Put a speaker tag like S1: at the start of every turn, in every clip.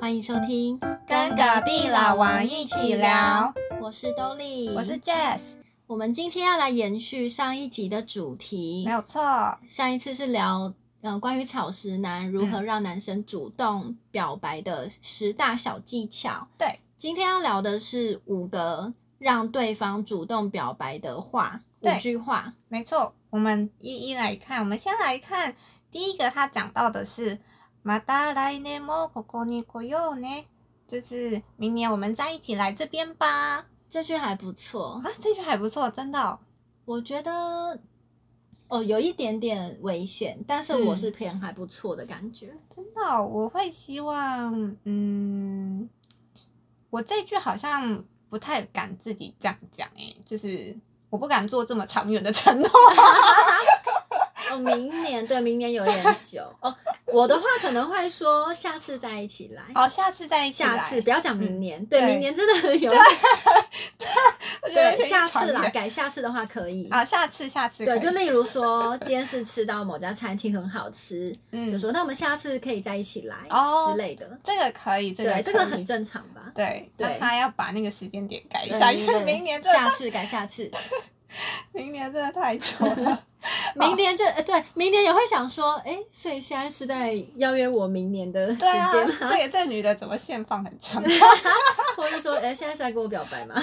S1: 欢迎收听《
S2: 跟隔壁老王一起聊》，
S1: 我是 Dolly，
S2: 我是 Jess，
S1: 我们今天要来延续上一集的主题
S2: 没，有错，
S1: 上一次是聊呃关于草食男如何让男生主动表白的十大小技巧，
S2: 对，
S1: 今天要聊的是五个让对方主动表白的话，五
S2: 对
S1: 句话，
S2: 没错。我们一一来看，我们先来看第一个，他讲到的是“また来年もここに来ようね”，就是明年我们再一起来这边吧。
S1: 这句还不错
S2: 啊，，这句还不错，真的哦、
S1: 我觉得哦有一点点危险，但是我
S2: 嗯
S1: 是偏还不错的感觉。
S2: 真的哦、我会希望，嗯，我这句好像不太敢自己这样讲，诶，就是我不敢做这么长远的承诺。
S1: 哦，明年对，明年有点久哦。我的话可能会说下次再一起来，
S2: 好，下次哦再一起来。嗯
S1: 下次不要讲明年，对，
S2: 对
S1: 明年真的很有
S2: 我觉
S1: 对
S2: 得 可以
S1: 下
S2: 长
S1: 次啦，
S2: 远
S1: 改下次的话可以。
S2: 啊，下次下次
S1: 对，就
S2: 可以
S1: 例如 说，今天是吃到某家餐厅很好吃，
S2: 嗯，
S1: 就说那我们下次可以再一起来
S2: 哦
S1: 之类的。
S2: 这个可以，这个
S1: 对，这个
S2: 可以
S1: 很正常吧？
S2: 对，
S1: 对
S2: 但他要把那个时间点改一
S1: 对
S2: 下，
S1: 对
S2: 因为
S1: 对
S2: 明年真的
S1: 下次改下次，
S2: 明年真的太久 了。
S1: 明年就呃对，明年也会想说，哎，所以现在是在邀约我明年的时
S2: 对啊，
S1: 间吗？
S2: 对，这女的怎么线放很长，
S1: 或者说，哎，现在是在跟我表白吗？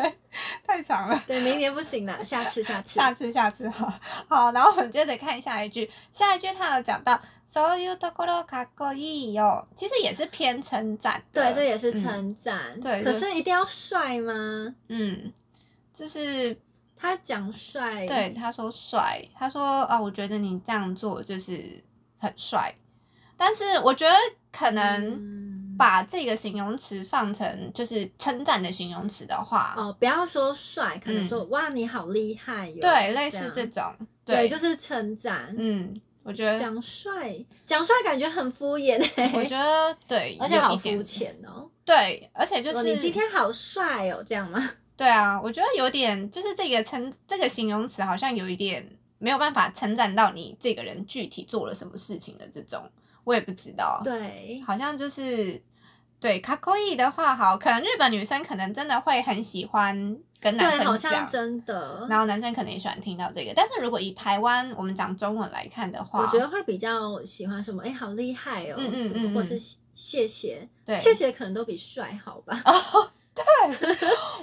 S2: 太长了。
S1: 对，明年不行 了，下次下次。
S2: 下次，下次，好，好，然后我们接着看下一句，下一句他有讲到。So you t a k o r o k a k o i 哟，其实也是偏称赞的。
S1: 对，这也是称赞、
S2: 对
S1: 可
S2: 就是
S1: 一定要帅吗？
S2: 嗯，就是
S1: 他讲帅，
S2: 对，他说帅，他说啊，我觉得你这样做就是很帅，但是我觉得可能
S1: 嗯
S2: 把这个形容词放成就是称赞的形容词的话，
S1: 哦，不要说帅，可能
S2: 嗯
S1: 说、哇你好厉害哟，
S2: 对，类似
S1: 样
S2: 这种，
S1: 对，
S2: 对，
S1: 就是称赞。
S2: 嗯，我觉得，
S1: 讲帅，讲帅感觉很敷衍
S2: 我
S1: 哎、
S2: 觉得 对，
S1: 而且
S2: 有
S1: 好
S2: 一点
S1: 肤，浅哦。
S2: 对，而且就
S1: 哦
S2: 是
S1: 你今天好帅哦，这样吗？
S2: 对啊，我觉得有点就是这个称这个形容词好像有一点没有办法称赞到你这个人具体做了什么事情的这种，我也不知道，
S1: 对，
S2: 好像就是对卡扣伊的话，好，可能日本女生可能真的会很喜欢跟男
S1: 对，好
S2: 生
S1: 像
S2: 讲，
S1: 真的。
S2: 然后男生可能也喜欢听到这个。但是如果以台湾我们讲中文来看的话，
S1: 我觉得会比较喜欢什么？哎，好厉害哦！
S2: 嗯嗯
S1: 什么
S2: 嗯
S1: 或
S2: 嗯
S1: 是谢谢，
S2: 对，
S1: 谢，谢可能都比帅好吧？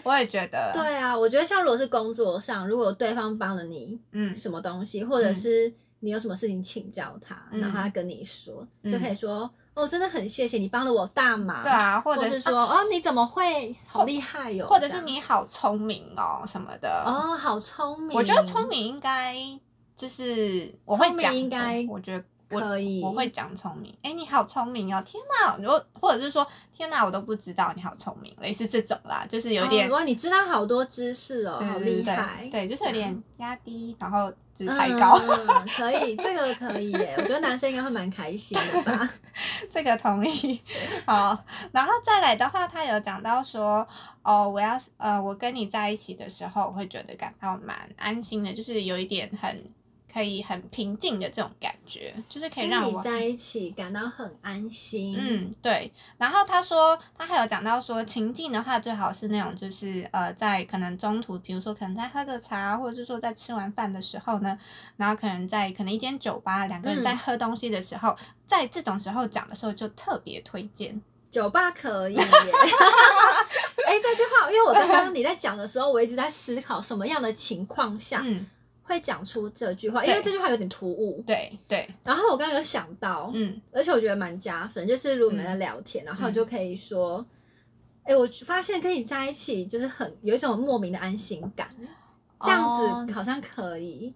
S2: 我也觉得，，
S1: 对啊，我觉得像如果是工作上，如果对方帮了你
S2: 嗯，
S1: 什么东西，或者
S2: 嗯
S1: 是你有什么事情请教他，
S2: 嗯
S1: 然后他跟你说，
S2: 嗯
S1: 就可以说哦，真的很谢谢你帮了我大忙，
S2: 对啊，或
S1: 或
S2: 者
S1: 是说、哦你怎么会好厉害哟、
S2: 或者
S1: 这
S2: 是
S1: 样
S2: 你好聪明哦什么的，
S1: 哦好聪明，
S2: 我觉得聪明应该就是我会
S1: 聪明
S2: 讲，
S1: 应该
S2: 我觉得。我
S1: 可以，
S2: 我会讲聪明，哎、你好聪明哦！天哪，我或者是说，天哪，我都不知道你好聪明，类似这种啦，就是有点、
S1: 哦哇，你知道好多知识哦，
S2: 对
S1: 好
S2: 对
S1: 厉
S2: 对
S1: 害，
S2: 对，就是有
S1: 这样
S2: 点压低，然后就是抬高，
S1: 嗯，可以，这个可以耶，我觉得男生应该会蛮开心的吧。
S2: 这个同意。 好，然后再来的话，他有讲到说，哦，我要呃，我跟你在一起的时候，我会觉得感到蛮安心的，就是有一点很可以很平静的这种感觉，就是可
S1: 跟
S2: 以让
S1: 你
S2: 我
S1: 在一起感到很安心，，
S2: 嗯，对。然后他说，他还有讲到说，情境的话最好是那种，就是呃，在可能中途，比如说可能在喝个茶，或者是说在吃完饭的时候呢，然后可能在可能一间酒吧，两个人在
S1: 嗯
S2: 喝东西的时候，在这种时候讲的时候就特别推荐。
S1: 酒吧可以耶。 哎、这句话，因为我刚刚你在讲的时候，我一直在思考什么样的情况下
S2: 嗯，
S1: 会讲出这句话，
S2: 对
S1: 因为这句话有点突兀。
S2: 对对，
S1: 然后我刚刚有想到，
S2: 嗯
S1: 而且我觉得蛮加分，就是如果我们在聊天，然后就可以说。哎、我发现跟你在一起就是很有一种莫名的安心感，这样
S2: 哦
S1: 子好像可以，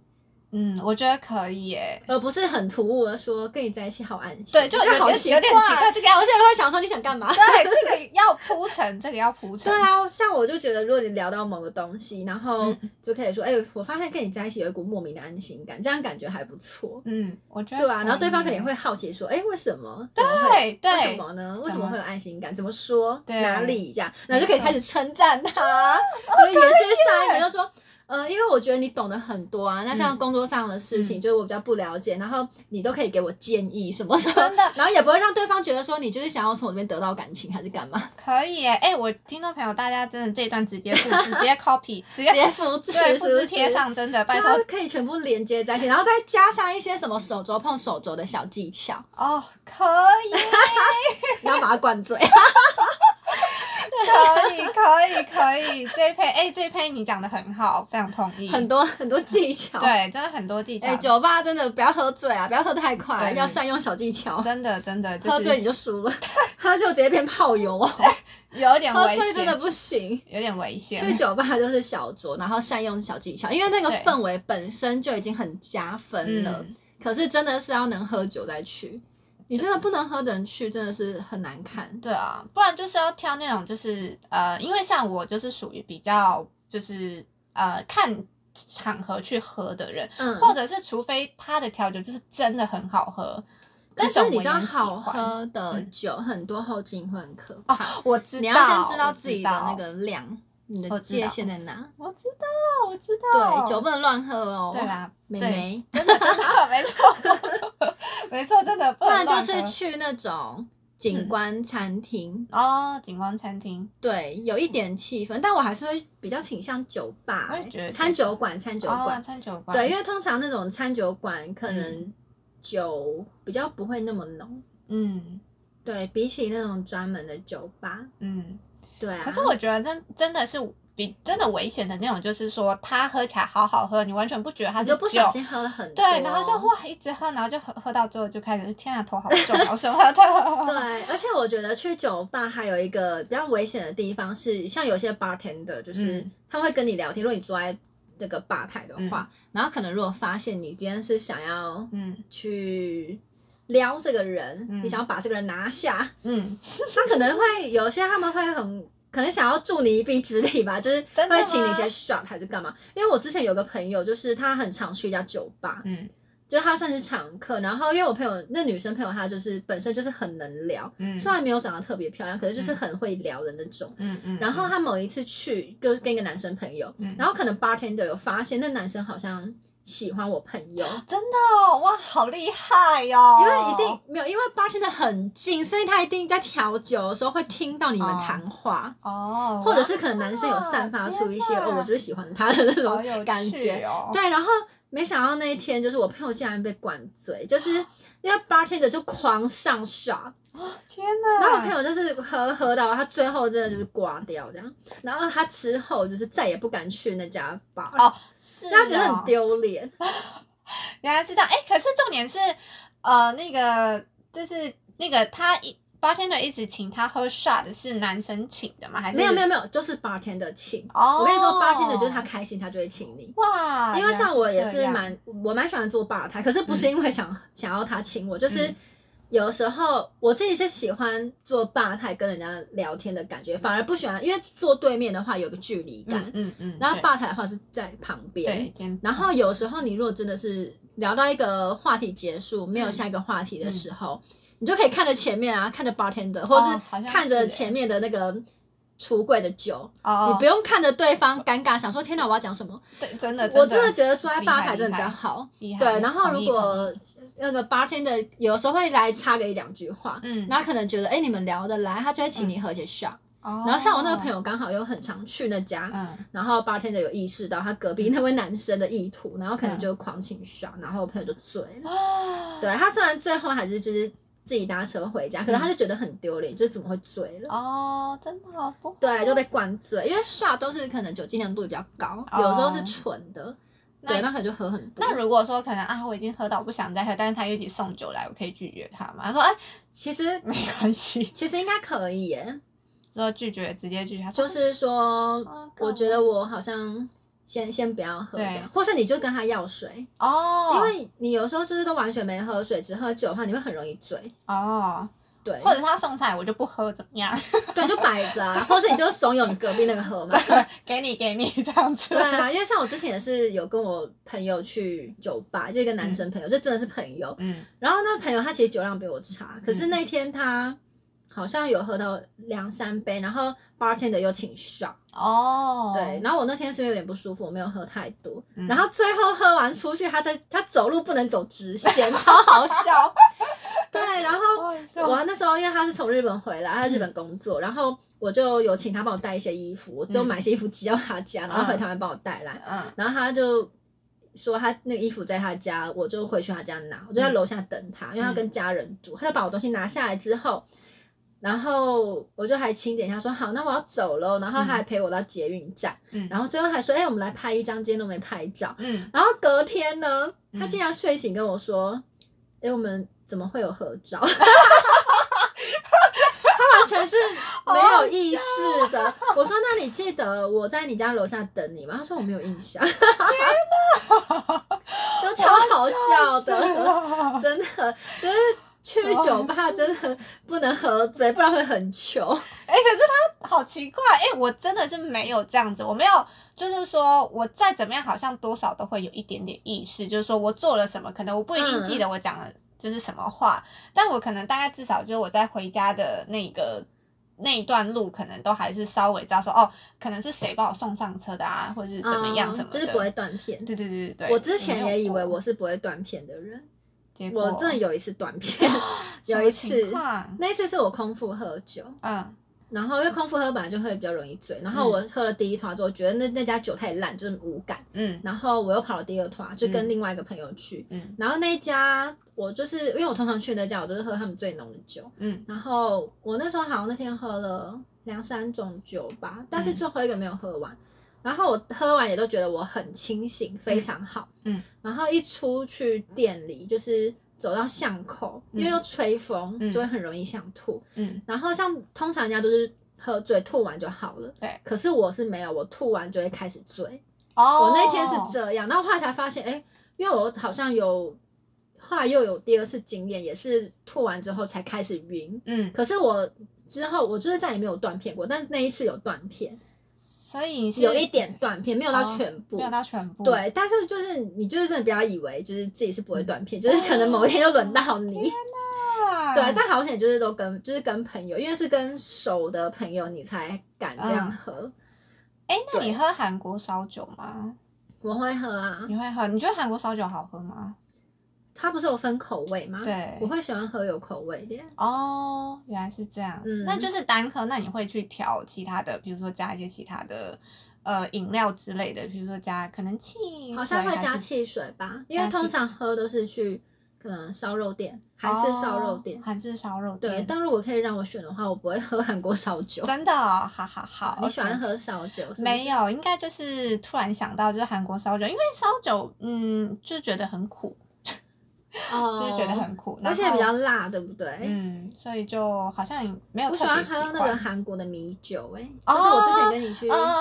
S2: 嗯，我觉得可以耶。
S1: 而不是很突兀的说跟你在一起好安心。
S2: 对，就
S1: 这
S2: 有
S1: 样好
S2: 点有点奇怪，这个要
S1: 我现在会想说你想干嘛？
S2: 对这个要铺陈，这个要铺 陈。
S1: 对，啊，像我就觉得，如果你聊到某个东西，然后
S2: 嗯
S1: 就可以说，哎、我发现跟你在一起有一股莫名的安心感，这样感觉还不错。
S2: 嗯，我觉得
S1: 对啊，
S2: 可
S1: 然后对方
S2: 以
S1: 肯定
S2: 耶
S1: 会好奇说，哎、为什么？
S2: 对
S1: 怎么会
S2: 对
S1: 为什么呢？为什么会有安心感？怎么说？
S2: 对嗯
S1: 哪里这样？
S2: 没
S1: 然后就可以
S2: 错
S1: 开始称赞他，就是延续上一个，就说，呃，因为我觉得你懂得很多啊，那像
S2: 嗯
S1: 工作上的事情，
S2: 嗯
S1: 就是我比较不了解，然后你都可以给我建议什么什么
S2: 真的，
S1: 然后也不会让对方觉得说你就是想要从我这边得到感情还是干嘛，
S2: 可以耶，哎、我听众朋友，大家真的这一段直接复制，直接 copy，直
S1: 直接
S2: 接
S1: 复制
S2: 对
S1: 是
S2: 复
S1: 不
S2: 制
S1: 是
S2: 贴上，真的，拜
S1: 对
S2: 托
S1: 它可以全部连接在一起，然后再加上一些什么手肘碰手肘的小技巧，
S2: 哦，可以，
S1: 然后把它灌醉。
S2: 可以，可以，可以，这一配，哎、这一配你讲的很好，非常同意，
S1: 很多很多技巧。，
S2: 对，真的很多技巧，
S1: 哎、酒吧真的不要喝醉啊，不要喝太快，
S2: 对
S1: 要善用小技巧。
S2: 真的真的就
S1: 喝醉
S2: 是
S1: 你就输了，喝醉直接变泡友 哦，
S2: 有点
S1: 喝
S2: 危
S1: 醉真的
S2: 险，
S1: 不行。
S2: 有点危
S1: 去
S2: 险，
S1: 酒吧就是小酌，然后善用小技巧，因为那个
S2: 对
S1: 氛围本身就已经很加分了。
S2: 嗯，
S1: 可是真的是要能喝酒再去，你真的不能喝的人去真的是很难看。
S2: 对啊，不然就是要挑那种就是呃，因为像我就是属于比较就是呃看场合去喝的人，
S1: 嗯，
S2: 或者是除非他的调酒就是真的很好喝，
S1: 可
S2: 但
S1: 是
S2: 是
S1: 你知道
S2: 很喜
S1: 好
S2: 欢。
S1: 喝的
S2: 嗯哦
S1: 酒很多后劲会很可怕，
S2: 我知道，
S1: 你要先知
S2: 道
S1: 道自己的那，个量，你
S2: 我
S1: 的
S2: 知
S1: 界
S2: 道
S1: 限在哪。
S2: 我知道，我知道，
S1: 对，酒不能乱喝哦。
S2: 对，啊啦，
S1: 妹
S2: 对
S1: 妹，
S2: 真的真的没错，没错，真的不
S1: 不
S2: 能
S1: 然就
S2: 乱
S1: 是
S2: 喝
S1: 去那种
S2: 嗯
S1: 景观餐厅，
S2: 哦，景光餐厅，
S1: 对，有一点气氛，但我还是会比较倾向酒吧、欸
S2: 我也觉得
S1: 餐酒馆、餐酒
S2: 哦
S1: 馆，，
S2: 餐酒馆，
S1: 对，因为通常那种餐酒馆可能
S2: 嗯
S1: 酒比较不会那么浓，
S2: 嗯
S1: 对比起那种专门的酒吧，
S2: 嗯，
S1: 对啊。
S2: 可是我觉得真真的是比真的危险的那种，就是说它喝起来好好喝，你完全不觉得它
S1: 你
S2: 是
S1: 就不
S2: 酒
S1: 小。心喝了哦很多，
S2: 对，然后就哇一直喝，然后就喝喝到最后就开始，天啊，头好重，好什么的。
S1: 对，而且我觉得去酒吧还有一个比较危险的地方是，像有些 bartender 就是
S2: 嗯
S1: 他会跟你聊天，如果你坐在那个吧台的话，然后可能如果发现你今天是想要
S2: 嗯
S1: 去撩这个人，
S2: 嗯
S1: 你想要把这个人拿下，
S2: 嗯，
S1: 他可能会有些他们会很。可能想要助你一臂之力吧，就是
S2: 真的
S1: 会请你一
S2: 吗
S1: 些 shot 还是干嘛？因为我之前有个朋友，就是他很常去一家酒吧，
S2: 嗯
S1: 就是他算是常客。然后因为我朋友那女生朋友，她就是本身就是很能聊，
S2: 嗯，
S1: 虽然没有长得特别漂亮，可是就是很会聊的那种。
S2: 嗯嗯，
S1: 然后
S2: 嗯
S1: 她某一次去，就是跟一个男生朋友，
S2: 嗯
S1: 然后可能 bartender 有发现那男生好像喜欢我朋友，
S2: 真的哦哇，好厉害哟、哦！
S1: 因为一定没有，因为 bartender 很近，所以他一定在调酒的时候会听到你们
S2: 哦
S1: 谈话。
S2: 哦，
S1: 或者是可能男生有散发出一些
S2: 天哪
S1: 哦，我就是喜欢他的那
S2: 好有
S1: 种感
S2: 趣
S1: 觉，
S2: 哦。
S1: 对。然后没想到那一天，就是我朋友竟然被灌醉，就是
S2: 啊
S1: 因为 bartender 就狂上 shot，
S2: 哦，天哪！
S1: 然后我朋友就是喝喝到他最后真的就是挂掉这样，然后他之后就是再也不敢去那家吧，
S2: 哦，是、哦，
S1: 他觉得很。丢脸。
S2: 原来知道，哎，可是重点是，呃，那个就是那个他一 bartender 一直请他喝 shot 的是男生请的吗？还是
S1: 没有没有没有，就是 bartender 请。
S2: 哦，
S1: 我跟你说，bartender 就是他开心，他就会请你。
S2: 哇，
S1: 因为像我也
S2: 原
S1: 是
S2: 来这样
S1: 蛮我蛮喜欢做吧台，可是不是因为想、想要他请我，就是
S2: 嗯
S1: 有时候我自己是喜欢做吧台跟人家聊天的感觉，反而不喜欢，因为坐对面的话有个距离感，
S2: 嗯嗯嗯，
S1: 然后
S2: 对
S1: 吧台的话是在旁边，
S2: 对，肩
S1: 然后有时候你如果真的是聊到一个话题结束，没
S2: 嗯
S1: 有下一个话题的时候，你就可以看着前面啊，看着 bartender，或
S2: 哦好
S1: 是
S2: 像
S1: 看着
S2: 是
S1: 前面的那个橱柜的酒，
S2: 哦，
S1: 你不用看着对方尴尬，想说天哪，我要讲什么？
S2: 对真的，
S1: 我真的觉得坐在
S2: 厉害
S1: 吧台真的比较好。
S2: 厉害。
S1: 对，然后
S2: 同
S1: 如
S2: 意
S1: 果那个 bartender 有时候会来插个一两句话
S2: 同，意嗯，嗯
S1: 那、可能觉得哎你们聊得来，他就会请你喝一些 shot、然后像我那个朋
S2: 哦，
S1: 友刚好又很常去那家，
S2: 嗯
S1: 然后 bartender 有意识到他隔壁那位男生的意图，然后
S2: 嗯
S1: 可能就狂请耍，然后我朋友就醉了。
S2: 啊，
S1: 对他虽然最后还是就是自己搭车回家，可是他就觉得很丢脸，就怎么会醉了？
S2: 嗯哦，真的好不
S1: 对，就被灌醉，因为耍都是可能酒精浓度比较高，
S2: 哦
S1: 有时候是纯的，对，那可能就喝很多。
S2: 那如果说可能啊，我已经喝到不想再喝，但是他又一直送酒来，我可以拒绝他吗？他说哎，
S1: 其实
S2: 没关系，
S1: 其实应该可以耶，
S2: 之后拒绝直接拒绝他，
S1: 就
S2: 说
S1: 是说，
S2: 啊够
S1: 我觉
S2: 了
S1: 得我好像先先不要喝这样，或是你就跟他要水，
S2: 哦，
S1: 因为你有时候就是都完全没喝水，只喝酒的话，你会很容易醉。
S2: 哦，
S1: 对，
S2: 或者他送菜我就不喝怎么样？
S1: 对，就摆着 啊，或是你就怂恿你隔壁那个喝嘛。
S2: 给你给你这样子，
S1: 对啊，因为像我之前也是有跟我朋友去酒吧，就一个男生朋友，这真的是朋友。
S2: 嗯
S1: 嗯然后那个朋友他其实酒量比我差，可是那天他好像有喝到两三杯，然后 bartender 又请 shot，
S2: 哦，
S1: 对，，然后我那天是有点不舒服，我没有喝太多，
S2: 嗯
S1: 然后最后喝完出去，他在他走路不能走直线，超好 笑。对，然后
S2: 哦是
S1: 我那时候因为他是从日本回来，他在日本工作，然后我就有请他帮我带一些衣服，我只有
S2: 嗯
S1: 买一些衣服寄到他家，然后回台湾帮我带来，
S2: 嗯
S1: 然后他就。说他那个衣服在他家，我就回去他家拿，我就在楼下等他，因为他跟家人住。他就把我东西拿下来之后，然后我就还清点一下说好，那我要走了。然后他还陪我到捷运站，
S2: 嗯，
S1: 然后最后还说，哎、我们来拍一张，今天都没拍照。
S2: 嗯，
S1: 然后隔天呢，他
S2: 嗯
S1: 竟然睡醒跟我说，哎、我们怎么会有合照？ 他完全是没有意识的。我说，那你记得我在你家楼下等你吗？他说我没有印象， 就超好笑 的，
S2: 的，
S1: 真的就是。去酒吧真的不能喝醉，不然会很糗。
S2: 哎、可是他好奇怪，哎、我真的是没有这样子，我没有，就是说我再怎么样，好像多少都会有一点点意识，就是说我做了什么，可能我不一定记得
S1: 嗯
S2: 我讲了就是什么话，但我可能大概至少就是我在回家的那个。那一段路可能都还是稍微知道说哦，可能是谁把我送上车的啊，或者是怎么样
S1: 嗯
S2: 什么的，
S1: 就是不会断片。
S2: 对对对对对。
S1: 我之前
S2: 没有
S1: 也以为
S2: 过
S1: 我，是不会断片的人，
S2: 结果，
S1: 我真的有一次断片有
S2: 什
S1: 一
S2: 么
S1: 次
S2: 情，况
S1: 那一次是我空腹喝酒，
S2: 嗯
S1: 然后因为空腹喝本来就会比较容易醉，然后我喝了第一团之后，我觉得那那家酒太烂，就是无感，
S2: 嗯
S1: 然后我又跑了第二团，就
S2: 嗯
S1: 跟另外一个朋友去，
S2: 嗯
S1: 然后那一家我就是因为我通常去那家，我都是喝他们最浓的酒，
S2: 嗯
S1: 然后我那时候好像那天喝了两三种酒吧，但是
S2: 嗯
S1: 最后一个没有喝完。然后我喝完也都觉得我很清醒，非常好。
S2: 嗯
S1: 然后一出去店里，就是走到巷口，
S2: 嗯
S1: 因为又吹风，
S2: 嗯
S1: 就会很容易想吐。
S2: 嗯，
S1: 然后像通常人家都是喝醉吐完就好了，
S2: 对。
S1: 可是我是没有，我吐完就会开始醉。
S2: 哦，
S1: 我那天是这样，然后后来才发现，哎，因为我好像有，后来又有第二次经验，也是吐完之后才开始晕。
S2: 嗯，
S1: 可是我之后我就是再也没有断片过，但是那一次有断片，
S2: 所以你是
S1: 有一点断片，没有到全部。
S2: 哦没有到全部，
S1: 对，但是就是你就是真的不要以为就是自己是
S2: 嗯
S1: 不会断片，就是可能某一天就轮到 你。
S2: 啊，
S1: 对，但好险就是都跟就是跟朋友，因为是跟熟的朋友你才敢
S2: 嗯
S1: 这样喝。
S2: 哎，那
S1: 对
S2: 你喝韩国烧酒吗？
S1: 我会喝啊，
S2: 你会喝？你觉得韩国烧酒好喝吗？
S1: 它不是有分口味吗？
S2: 对
S1: 啊我会喜欢喝有口味的。
S2: 哦，原来是这样，
S1: 嗯
S2: 那就是单喝，那你会去调其他的，比如说加一些其他的。呃，饮料之类的，比如说加可能汽，
S1: 好像会加
S2: 汽，
S1: 汽水吧，因为
S2: 加
S1: 通
S2: 汽
S1: 常喝都是去可能烧肉店，韩式烧肉店。
S2: 哦韩式烧肉
S1: 对，
S2: 店，
S1: 但如果可以让我选的话，我不会喝韩国烧酒。
S2: 真的哦、好好好，
S1: 你喜
S2: OK
S1: 欢喝烧酒是不是？
S2: 哦没有，应该就是突然想到就是韩国烧酒，因为烧酒，嗯，就觉得很苦，
S1: 哦，
S2: 就是觉得很苦，
S1: 而且
S2: 然后
S1: 比较辣，对不对？
S2: 嗯，所以就好像也没有
S1: 哎我
S2: 特
S1: 喜
S2: 别
S1: 欢
S2: 喜欢
S1: 喝那个韩国的米酒，哎，就是我之前跟你去，
S2: 哦哦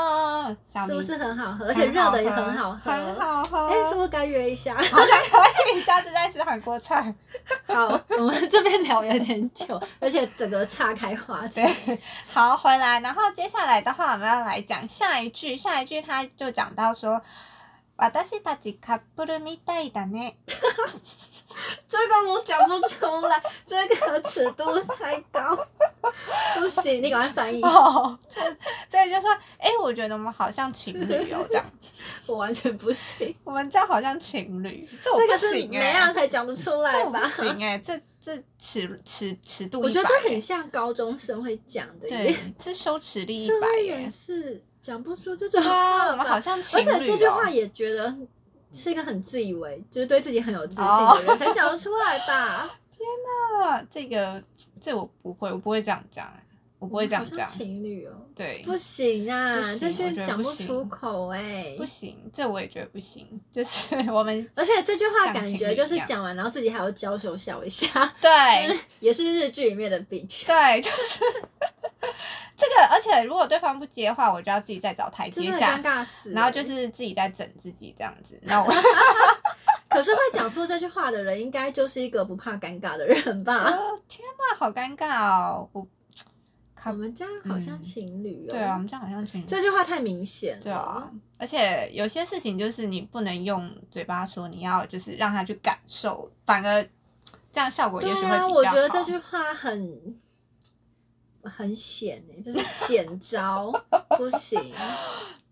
S2: 哦，小
S1: 是不
S2: 米
S1: 是很好喝？而
S2: 很
S1: 且热的也
S2: 好喝
S1: 很好喝，
S2: 很好喝，
S1: 哎，是不是该约一下？
S2: 好像 可以下次再吃韩国菜。
S1: 好，我们这边聊有点久，而且整个岔开话题
S2: 对。，好，回来，然后接下来的话，我们要来讲下一句，下一句他就讲到说。私たちカップルみたいだね。
S1: 这个我讲不出来，这个尺度太高，不行，你赶快翻译，
S2: 哦，对，就说，哎、我觉得我们好像情侣哦，这样，
S1: 我完全不行。
S2: 我们这样好像情侣，这我
S1: 这
S2: 不
S1: 个是
S2: 行
S1: 梅
S2: 哎
S1: 亚才讲得出来
S2: 这我
S1: 吧
S2: 不？行哎、这这尺尺尺度100欸，
S1: 我觉得这很像高中生会讲的耶
S2: 对，，这羞耻力一
S1: 社
S2: 百
S1: 会
S2: 耶
S1: 人。是讲不出这种
S2: 啊，
S1: 话
S2: 我们好
S1: 吧？
S2: 像情
S1: 而
S2: 侣、哦，
S1: 且这句话也觉得是一个很自以为，就是对自己很有自信
S2: 哦
S1: 的人才讲得出来吧？
S2: 啊，这个这我不会，我不会这样讲， 啊我不会这样
S1: 好像
S2: 讲，
S1: 情侣哦，
S2: 对，
S1: 不行啊，这
S2: 不行
S1: 句
S2: 我觉得
S1: 讲
S2: 不
S1: 不
S2: 行
S1: 出口哎
S2: 不。行，这我也觉得不行，就是 我们
S1: 而且这句话
S2: 像
S1: 感
S2: 情
S1: 觉
S2: 侣哎
S1: 就是
S2: 一样
S1: 讲完，然后自己还要娇羞笑一下，就
S2: 对
S1: 是 也是日剧里面的 bitch，
S2: 对，就是 这个，而且如果对方不接的话，我就要自己再找台
S1: 真
S2: 阶
S1: 的
S2: 下
S1: 尴，尬死了。欸
S2: 然后就是自己再整自己这样子， 那我。
S1: 可是会讲出这句话的人，应该就是一个不怕尴尬的人吧？
S2: 哦天呐，好尴尬哦！我
S1: 我们这样好像
S2: 嗯
S1: 情侣哦。
S2: 对啊，我们这样好像情侣。
S1: 这句话太明显了。
S2: 对啊，，而且有些事情就是你不能用嘴巴说，你要就是让他去感受，反而这样效果也许会比较
S1: 对啊
S2: 好。
S1: 啊，我觉得这句话很很险哎、这是险招，不 行。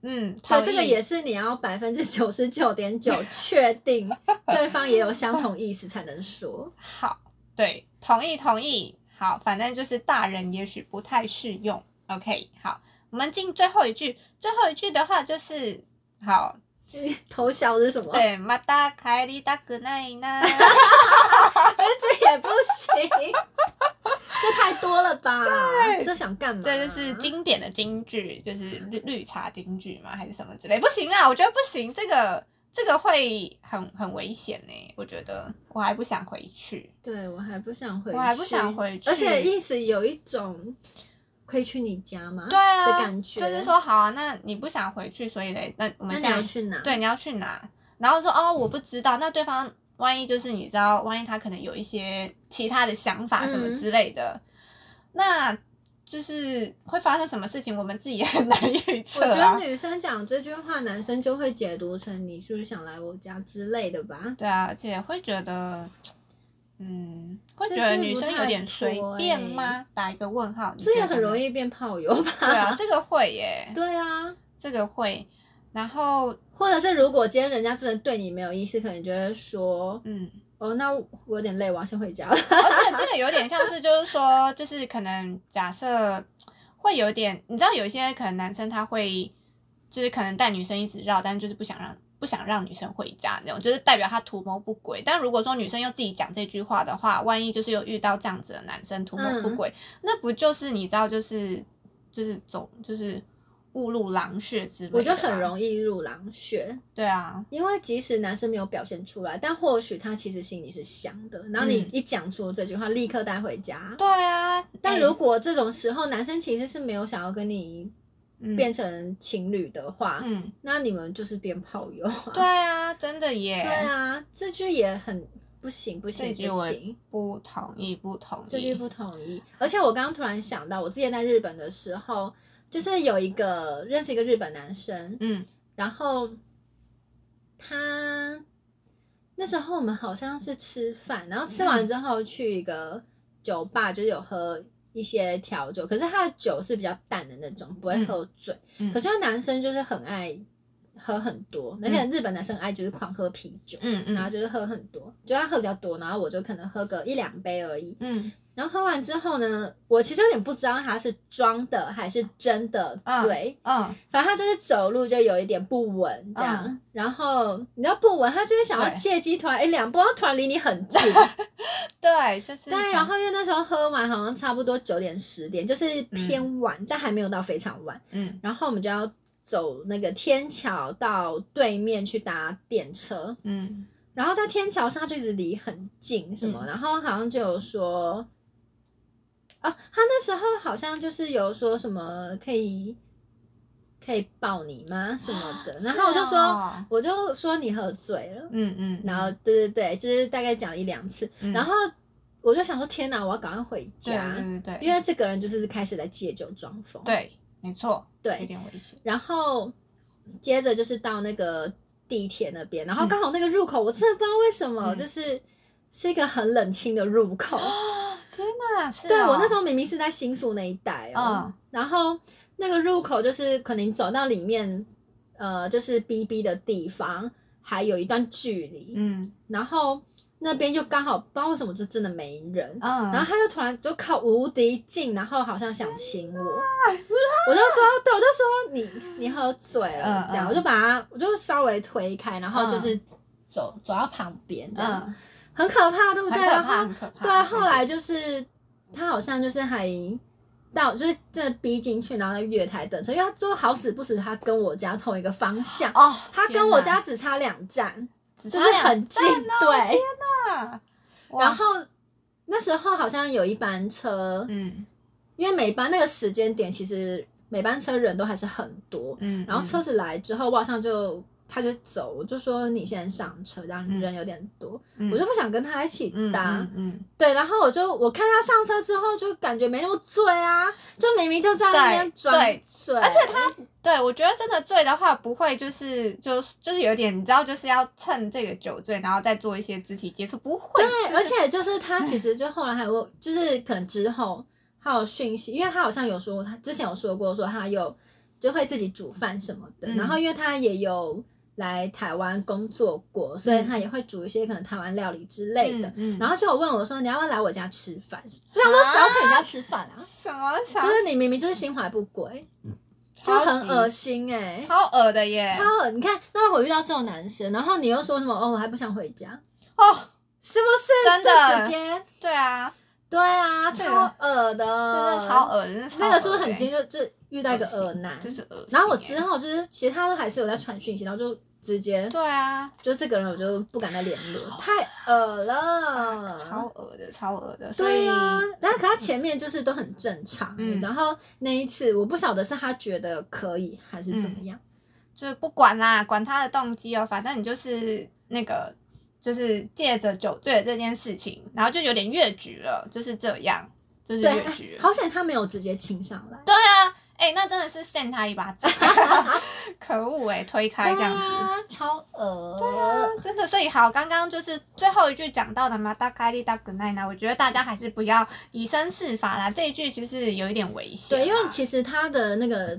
S2: 嗯，
S1: 对，
S2: 同
S1: 这个
S2: 意
S1: 也是你要百分之九十九点 九确定对方也有相同意思才能 说。
S2: 好，对，同意同意。好，反正就是大人也许不太适用。OK，好，我们进最后一句。最后一句的话就是，好，
S1: 头小是什么？
S2: 对， また帰りたくないな。
S1: 这也不行，这太多了吧？
S2: 对
S1: 这想干嘛？
S2: 这就是经典的京剧，就是绿绿茶京剧嘛，还是什么之类？不行啦，我觉得不行，这个这个会很很危险呢、我觉得我还不想回去。
S1: 对我还不想回去，
S2: 我还不想回去
S1: 而且意思有一种可以去你家吗？
S2: 对啊，
S1: 的感觉
S2: 就是说，好啊，那你不想回去，所以嘞，那
S1: 那
S2: 我们
S1: 你
S2: 现在
S1: 要去哪？
S2: 对，你要去哪？然后说哦，我不知道。那对方万一就是你知道，万一他可能有一些其他的想法什么
S1: 嗯
S2: 之类的，那就是会发生什么事情，我们自己也很难预测、
S1: 我
S2: 啊。
S1: 觉得女生讲这句话，男生就会解读成你是不是想来我家之类的吧？
S2: 对啊，而且会觉得，嗯，会
S1: 这
S2: 觉得
S1: 真的
S2: 女
S1: 不
S2: 生有
S1: 太
S2: 点随
S1: 妥
S2: 便
S1: 欸
S2: 吗？打一个问号，你
S1: 这
S2: 觉
S1: 也
S2: 得
S1: 很容
S2: 呢。
S1: 易变炮友吧？
S2: 对啊，这个会耶，
S1: 对啊，
S2: 这个会。然后，
S1: 或者是如果今天人家真的对你没有意思，可能就会说，
S2: 嗯，
S1: 哦，那我有点累，我要先回家了。
S2: 而且这个有点像是，就是说，就是可能假设会有点，你知道，有一些可能男生他会，就是可能带女生一直绕，但就是不想让不想让女生回家那种，就是代表他图谋不轨。但如果说女生又自己讲这句话的话，万一就是又遇到这样子的男生图
S1: 嗯
S2: 谋不轨，那不就是你知道，就是就是走就是误入狼穴之类的吗？
S1: 我觉得很容易入狼穴，
S2: 对啊，
S1: 因为即使男生没有表现出来，但或许他其实心里是想的。然后你
S2: 嗯
S1: 一讲出这句话，立刻带回家。
S2: 对啊。
S1: 但
S2: 哎
S1: 如果这种时候男生其实是没有想要跟你
S2: 嗯
S1: 变成情侣的话，
S2: 嗯，
S1: 那你们就是变炮友啊。
S2: 对啊，真的耶，
S1: 对啊，这句也很不行，不
S2: 这
S1: 行，
S2: 句
S1: 不
S2: 我
S1: 行。
S2: 不同意，不同意。
S1: 这句不同意。而且我刚刚突然想到，我之前在日本的时候，就是有一个认识一个日本男生，
S2: 嗯
S1: 然后他那时候我们好像是吃饭，然后吃
S2: 嗯
S1: 完之后去一个酒吧，就是有喝一些调酒，可是他的酒是比较淡的那种，不会喝醉。
S2: 嗯
S1: 可是他男生就是很爱喝很多，而且日本男生很爱就是狂喝啤酒。
S2: 嗯
S1: 然后
S2: 嗯
S1: 就是喝很多，就他喝比较多，然后我就可能喝个一两杯而已。
S2: 嗯
S1: 然后喝完之后呢，我其实有点不知道他是装的还是真的
S2: 嗯
S1: 醉，
S2: 嗯，
S1: 反正他就是走路就有一点不稳这样。
S2: 嗯
S1: 然后你知道不稳，他就会想要
S2: 对
S1: 借机突然哎两步，然后突然离你很近。
S2: 对，就是
S1: 对，然后因为那时候喝完好像差不多九点十点，就是偏晚，但还没有到非常晚。
S2: 嗯
S1: 然后我们就要走那个天桥到对面去搭电车。
S2: 嗯
S1: 然后在天桥上就一直离很近什么，
S2: 嗯
S1: 然后好像就有说，啊，他那时候好像就是有说什么可以可以抱你吗什么的，然后我就说、
S2: 啊哦
S1: 我就说你喝醉了，
S2: 嗯嗯，
S1: 然后对对对，就是大概讲了一两次，
S2: 嗯
S1: 然后我就想说天哪，我要赶快回
S2: 对
S1: 家，
S2: 对对对，
S1: 啊因为这个人就是开始在借酒装疯，
S2: 对，没错，
S1: 对
S2: 有点危险。
S1: 然后接着就是到那个地铁那边，然后
S2: 嗯
S1: 刚好那个入口，我真的不知道为什么，
S2: 嗯
S1: 就是是一个很冷清的入口。
S2: 天哪，是哦
S1: 对我那时
S2: 候
S1: 候明明是在新宿那一带哦，
S2: 嗯
S1: 然后那个入口就是可能你走到里面，呃，就是 B B 的地方，还有一段距离，
S2: 嗯
S1: 然后那边就刚好不知道为什么就真的没人，
S2: 嗯，
S1: 然后他就突然就靠无敌近，然后好像想亲我，我就说，对，我就说你你喝醉了
S2: 嗯，
S1: 这样，
S2: 嗯
S1: 我就把他，我就稍微推开，然后就是走、走到旁边，这样、
S2: 嗯，
S1: 很可怕，嗯对不对？
S2: 很可
S1: 然
S2: 怕，
S1: 后
S2: 很可怕。
S1: 对，后来就是他好像就是还到就是真的逼进去，然后在月台等车，因为他最后好死不死他跟我家同一个方向，
S2: 哦，
S1: 他
S2: 天
S1: 跟我
S2: 哪
S1: 家只差两哦站，
S2: 只
S1: 就
S2: 差
S1: 是
S2: 两
S1: 很近，对。
S2: 大，哇
S1: 然后那时候好像有一班车，
S2: 嗯
S1: 因为每班那个时间点，其实每班车人都还是很多。
S2: 嗯，
S1: 然后
S2: 嗯
S1: 车子来之后，我好像就他就走，我就说你先上车，这样
S2: 嗯
S1: 人有点多，
S2: 嗯
S1: 我就不想跟他一起
S2: 嗯
S1: 搭。
S2: 嗯嗯，
S1: 对，然后我就我看他上车之后，就感觉没那么醉啊，就明明就在那边
S2: 对
S1: 装
S2: 对
S1: 醉，
S2: 而且他对我觉得真的醉的话，不会就是就是就是有点，你知道，就是要趁这个酒醉，然后再做一些肢体接触，不会。
S1: 对，而且就是他其实就后来还有，就是可能之后还有讯息，因为他好像有说，他之前有说过，说他有就会自己煮饭什么的。
S2: 嗯
S1: 然后因为他也有来台湾工作过，所以他也会煮一些可能台湾料理之类的。
S2: 嗯嗯嗯啊
S1: 然后就有问我说，你要不要来我家吃饭？我想说，谁要去你家吃饭啊？
S2: 什么小
S1: 就是你明明就是心怀不轨，就
S2: 超
S1: 很
S2: 级
S1: 恶心哎、
S2: 超恶的耶，
S1: 超恶！你看，那我遇到这种男生，然后你又说什么哦，我还不想回家，
S2: 哦，
S1: 是不是？
S2: 真的
S1: 就直接
S2: 对啊，
S1: 对啊，
S2: 这个
S1: 超恶的，
S2: 真的超恶，真的
S1: 呃
S2: 超
S1: 那个是不是
S2: 恶
S1: 很
S2: 的
S1: 今
S2: 耶
S1: 天就就遇到一个恶男？
S2: 真是恶心耶。
S1: 然后我之后就是，其实他都还是有在传讯息，然后就直接
S2: 对啊，
S1: 就这个人我就不敢再联络，太恶了，
S2: 啊超恶的，超恶的，所
S1: 呃对
S2: 以
S1: 啊，然后可他前面就是都很正常，
S2: 嗯
S1: 然后那一次我不晓得是他觉得可以还是
S2: 嗯
S1: 怎么样，
S2: 就是不管啦，管他的动机哦，反正你就是那个，就是借着酒醉的这件事情，然后就有点越矩了，就是这样，就是
S1: 对，
S2: 越矩
S1: 哎
S2: 了。
S1: 好险他没有直接亲上来，
S2: 对啊，哎、那真的是扇他一巴 掌，可恶哎、推开这样子。
S1: 啊，超恶，
S2: 对啊， 真的，所以好，刚刚就是最后一句讲到的嘛，大概率大梗奈呢，我觉得大家还是不要以身试法啦。这一句其实有一点危险啦，
S1: 对，因为其实他的那个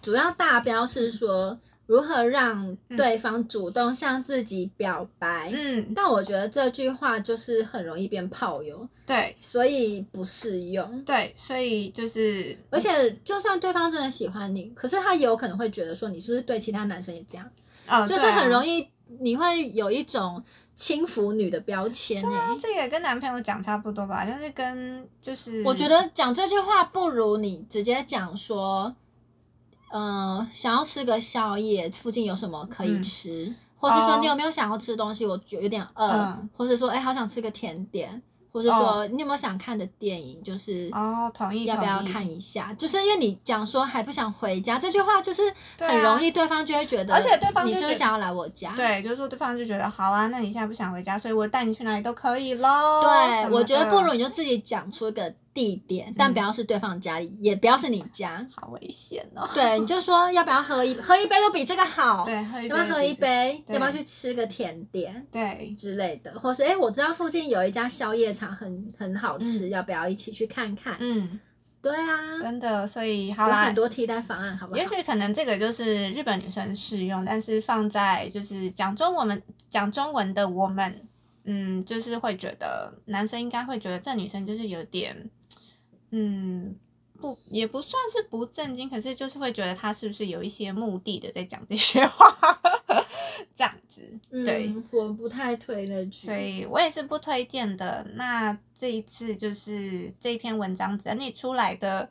S1: 主要大标是说如何让对方主动向自己表白，
S2: 嗯，
S1: 但我觉得这句话就是很容易变炮友，
S2: 对
S1: 所以不适用。
S2: 对，所以就是
S1: 而且，就算对方真的喜欢你，可是他也有可能会觉得说你是不是对其他男生也这样，
S2: 呃，
S1: 就是
S2: 对啊
S1: 很容易你会有一种轻浮女的标签哎、
S2: 那这个跟男朋友讲差不多吧，但是跟就是
S1: 我觉得讲这句话不如你直接讲说，呃，想要吃个宵夜，附近有什么可以
S2: 嗯
S1: 吃，或是说
S2: 哦
S1: 你有没有想要吃东西，我有有点饿，
S2: 嗯
S1: 或是说哎、好想吃个甜点，或是说、你有没有想看的电影，就是
S2: 哦，同意
S1: 要不要
S2: 同意
S1: 看一下？就是因为你讲说还不想回家这句话，就是
S2: 对啊
S1: 很容易对方就会觉得，
S2: 而且对方
S1: 你
S2: 就是
S1: 不是
S2: 觉
S1: 想要来我家？。
S2: 对，就是说对方就觉得好啊，那你现在不想回家，所以我带你去哪里都可以喽。哦什
S1: 对，
S2: 么
S1: 我觉得
S2: 的
S1: 不如你就自己讲出一个地点，但
S2: 嗯
S1: 不要是对方家里，也不要是你家。
S2: 好危险哦。
S1: 对，你就说要不要喝一喝一杯都比这个好，
S2: 对，喝一
S1: 要不
S2: 杯，
S1: 要喝一？杯？
S2: 对
S1: 要不要去吃个甜点
S2: 对，
S1: 之类的？或是哎、诶我知道附近有一家宵夜场很很好吃，
S2: 嗯
S1: 要不要一起去看看？
S2: 嗯，
S1: 对啊，
S2: 真的，所以好
S1: 有
S2: 啦
S1: 很。多替代方案，好不好
S2: 也？许可能这个就是日本女生适用，但是放在就是讲中文们讲中文的我们，嗯，就是会觉得男生应该会觉得这女生就是有点，嗯，不也不算是不正经，可是就是会觉得她是不是有一些目的的在讲这些话， 这样子，对，
S1: 嗯，我不太推那句。
S2: 所以我也是不推荐的。那这一次就是这篇文章整理出来的，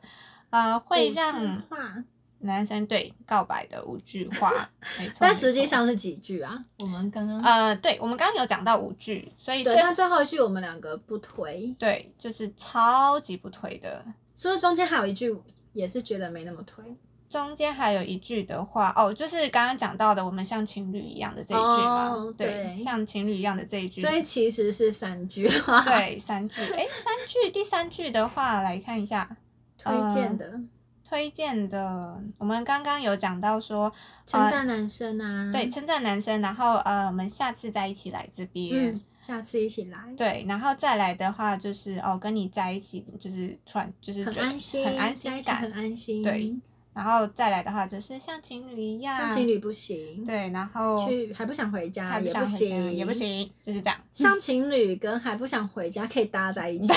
S2: 呃，会
S1: 五句
S2: 让
S1: 话，
S2: 男生对告白的五句 话，没错
S1: 但
S2: 没
S1: 实际
S2: 错
S1: 上是几句啊？我们刚刚、
S2: 呃，对，我们刚刚有讲到五句，所以
S1: 对，
S2: 这
S1: 但最后一句我们两个不推，
S2: 对就是超级不推的。
S1: 是不是中间还有一句也是觉得没那么推？
S2: 中间还有一句的话，哦，就是刚刚讲到的，我们像情侣一样的这一句嘛，
S1: 哦
S2: 对，
S1: 对
S2: 像情侣一样的这一句，
S1: 所以其实是三句 话。，
S2: 对三句，哎，三句，第三句的话来看一下
S1: 推荐
S2: 呃
S1: 的。
S2: 推荐的，我们刚刚有讲到说，
S1: 称赞男生啊，
S2: 呃对，，称赞男生，然后呃，我们下次再一起来这边。
S1: 嗯，下次一起来，
S2: 对，然后再来的话就是哦，跟你在一起就是突然就是
S1: 很
S2: 觉得
S1: 安心，
S2: 很安
S1: 在
S2: 心
S1: 一起很
S2: 感。
S1: 安心，
S2: 对，然后再来的话就是像情侣一样，
S1: 像情侣不行，，
S2: 对，然后
S1: 去还不想回家
S2: 还不
S1: 也
S2: 想回家
S1: 行，
S2: 也不。行，就是这样。
S1: 像情侣跟还不想回家可以搭在一 起，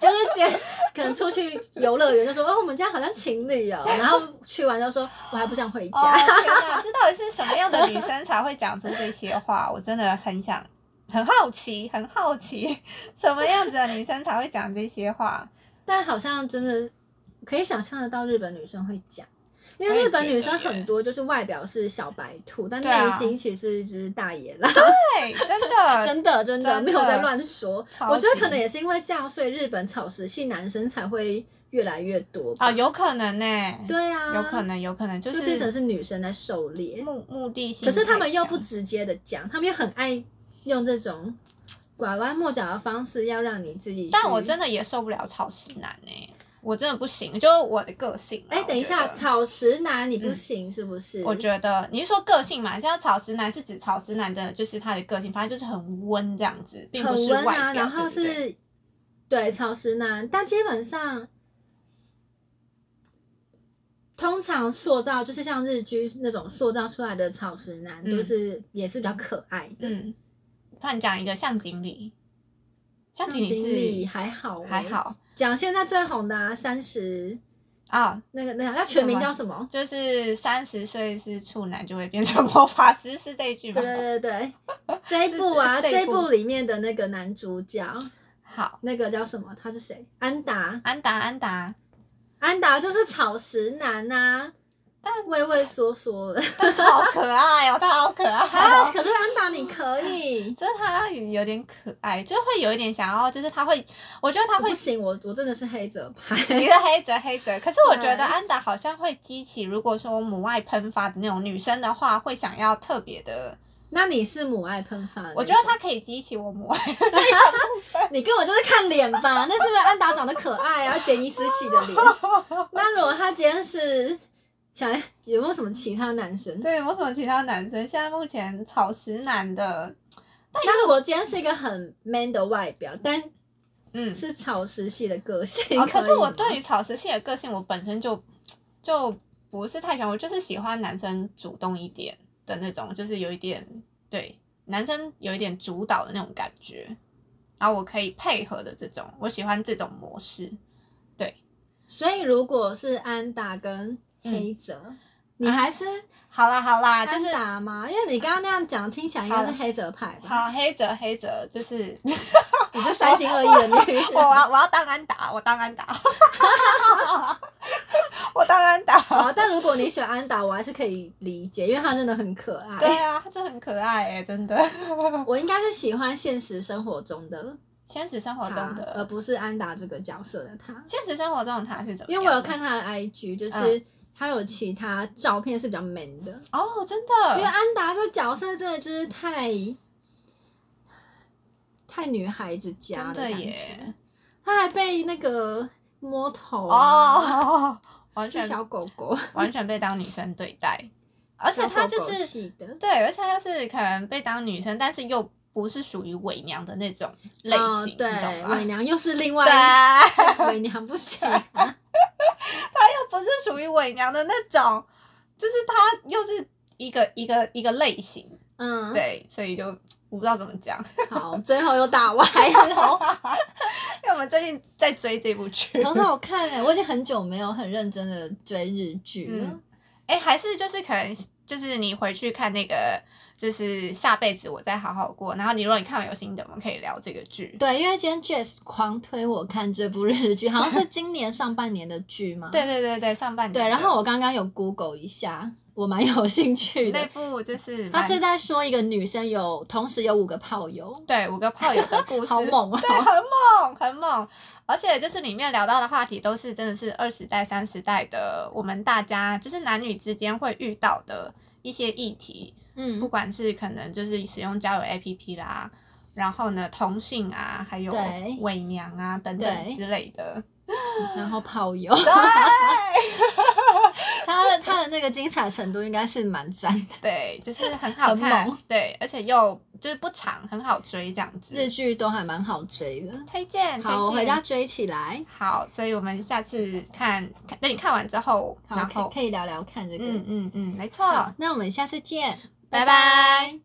S1: 就是姐可能出去游乐园就说，哦，我们家好像情侣哦，然后去完就说我还不想回
S2: 哦，
S1: 家，
S2: 天哪，这到底是什么样的女生才会讲出这些话？我真的很想，很好奇，很好奇，什么样子的女生才会讲这些话？
S1: 但好像真的可以想象得到日本女生会讲。因为
S2: 我也
S1: 日本
S2: 觉
S1: 女
S2: 得
S1: 生很
S2: 耶
S1: 多就是外表是小白兔，但
S2: 对啊
S1: 内心其实是一只大野狼。
S2: 对，真 的，
S1: 真的真的
S2: 真
S1: 没有在
S2: 的
S1: 乱说。
S2: 超
S1: 我觉得
S2: 级
S1: 可能也是因为这样，所以日本草食系男生才会越来越多吧
S2: 啊，有可能呢、
S1: 对啊，
S2: 有可能，有可能就
S1: 就是变成是女生在狩猎，
S2: 目目的性
S1: 可
S2: 太
S1: 是
S2: 强。
S1: 他们又不直接的讲，他们又很爱用这种拐弯抹角的方式，要让你自己去。
S2: 但我真的也受不了草食男哎、我真的不行，就是我的个性啦。
S1: 哎，等一
S2: 我
S1: 下，
S2: 觉得
S1: 草食男你不
S2: 嗯
S1: 行是不是？
S2: 我觉得你是说个性嘛？像草食男是指草食男的，就是他的个性，反正就是很温这样子，并不
S1: 很
S2: 是
S1: 温
S2: 外
S1: 啊，
S2: 表
S1: 然后
S2: 对不对
S1: 是对，草食男，但基本上通常塑造就是像日剧那种塑造出来的草食男，
S2: 嗯
S1: 都是也是比较可爱的。
S2: 嗯，突然讲一个向井理，向
S1: 像
S2: 井理
S1: 经理
S2: 是
S1: 还好、欸
S2: 还。好
S1: 讲现在最红的啊，三十
S2: 啊、
S1: 那个那个，那全名叫什么？
S2: 就是三十岁是处男就会变成魔法师，是这一句吗？
S1: 对对对对， 这一部啊，
S2: 是这
S1: 这
S2: 一
S1: 一
S2: 部
S1: 部里面的那个男主角，
S2: 好，
S1: 那个叫什么？他是谁？安达，
S2: 安达安达，
S1: 安达就是草食男呐、啊，
S2: 但
S1: 畏畏缩缩的。
S2: 他好可爱哦，他好 可爱、
S1: 啊，
S2: 哦。
S1: 可是安达你可以，
S2: 就是他有点可爱，就会有一点想要，就是他会，我觉得他
S1: 不
S2: 会
S1: 行，我我真的是黑泽派。
S2: 一个黑泽黑泽，可是我觉
S1: 对
S2: 得安达好像会激起，如果说母爱喷发的那种女生的话，会想要特别的，
S1: 那你是母爱喷发的那种？
S2: 我觉得他可以激起我母爱。
S1: 你根本就是看脸吧？那是因为安达长得可爱啊，杰尼斯系的脸。那如果他今天是想有没有什么其他男生？
S2: 对，为什么其他男生现在目前草食男的，
S1: 那如果今天是一个很 man 的外表，但
S2: 嗯，
S1: 是草食系的个性、
S2: 哦，可是
S1: 以
S2: 我
S1: 吗
S2: 对于草食系的个性，我本身就就不是太喜欢，我就是喜欢男生主动一点的那种，就是有一点对男生有一点主导的那种感觉，然后我可以配合的这种，我喜欢这种模式。
S1: 所以如果是安达跟
S2: 嗯
S1: 黑泽，
S2: 啊
S1: 你还是
S2: 好啦好啦，就
S1: 安
S2: 是
S1: 达啊吗？因为你刚刚那样讲，听起来应该是黑泽派吧？
S2: 好黑泽黑泽，就是
S1: 你这三心二意的女人，
S2: 我啊要我要当安达，我当安达， 我当安
S1: 好
S2: 达
S1: 啊，。但如果你选安达，我还是可以理解，因为他真的很可
S2: 对
S1: 爱。
S2: 啊，他真的很可爱哎、真的。
S1: 我应该是喜欢现实生活中的
S2: 现实生活
S1: 他，
S2: 中
S1: 而
S2: 哦的，
S1: 不是安达这个角色的他。
S2: 现实生活中的他是怎么样的？
S1: 因为我有看他的 IG，就是
S2: 嗯
S1: 他有其他照片是比较 man 的，
S2: 哦，真
S1: 因为
S2: 的，
S1: 安达这角色真的就是太太女孩子家的
S2: 真的
S1: 感
S2: 耶
S1: 觉，，他还被那个摸头啊，
S2: 哦，完
S1: 是
S2: 全
S1: 小狗狗，
S2: 完全被当女生对待，而且
S1: 小
S2: 他
S1: 狗
S2: 就
S1: 狗
S2: 是
S1: 系的
S2: 对，而且他就是可能被当女生，但是又不是属于伪娘的那种类型，
S1: 哦
S2: 你懂
S1: 对，
S2: 吗
S1: 伪？娘又是另外
S2: 对，
S1: 一。
S2: 他
S1: 伪娘不行啊，
S2: 又不是属于伪娘的那种，就是他又是一个一个一个类型，
S1: 嗯，
S2: 对，所以就我不知道怎么讲，
S1: 好，最后又打歪了，
S2: 因为我们最近在追这部剧，
S1: 很好看哎、我已经很久没有很认真的追日剧了。
S2: 嗯哎、还是就是可能就是你回去看那个，就是下辈子我再好好过。然后你如果你看完有心得，我们可以聊这个剧。
S1: 对，因为今天 Jess 狂推我看这部日剧，好像是今年上半年的剧嘛。
S2: 对对对对，上半年
S1: 对，
S2: 的
S1: 然后我刚刚有 Google 一下，我蛮有兴趣
S2: 那
S1: 的。嗯
S2: 部就是
S1: 他
S2: 蛮
S1: 是在说一个女生有同时有五个炮友，
S2: 对五个炮友的 故事，
S1: 好猛哦
S2: 对，很猛很猛。而且就是里面聊到的话题都是真的是二十代、三十代的我们大家就是男女之间会遇到的一些议题，不
S1: 嗯，
S2: 管是可能就是使用交友 APP 啦，然后呢同性啊，还有
S1: 对
S2: 伪娘啊等等
S1: 对
S2: 之类的。
S1: 然后炮友， 他的他的那个精彩程度应该是蛮赞的。
S2: 对， 就是很好
S1: 很
S2: 看
S1: 猛，
S2: 对，而且又就是不长，很好追这样
S1: 日
S2: 子。
S1: 剧都还蛮好追的。
S2: 推荐，推
S1: 好，我回
S2: 荐
S1: 家追起来。
S2: 好，所以我们下次看，看等你看完之后，
S1: 好，
S2: 然
S1: 可以
S2: 后，
S1: 可以聊聊看这个。
S2: 嗯嗯嗯，没
S1: 好
S2: 错，，
S1: 那我们下次见，
S2: 拜拜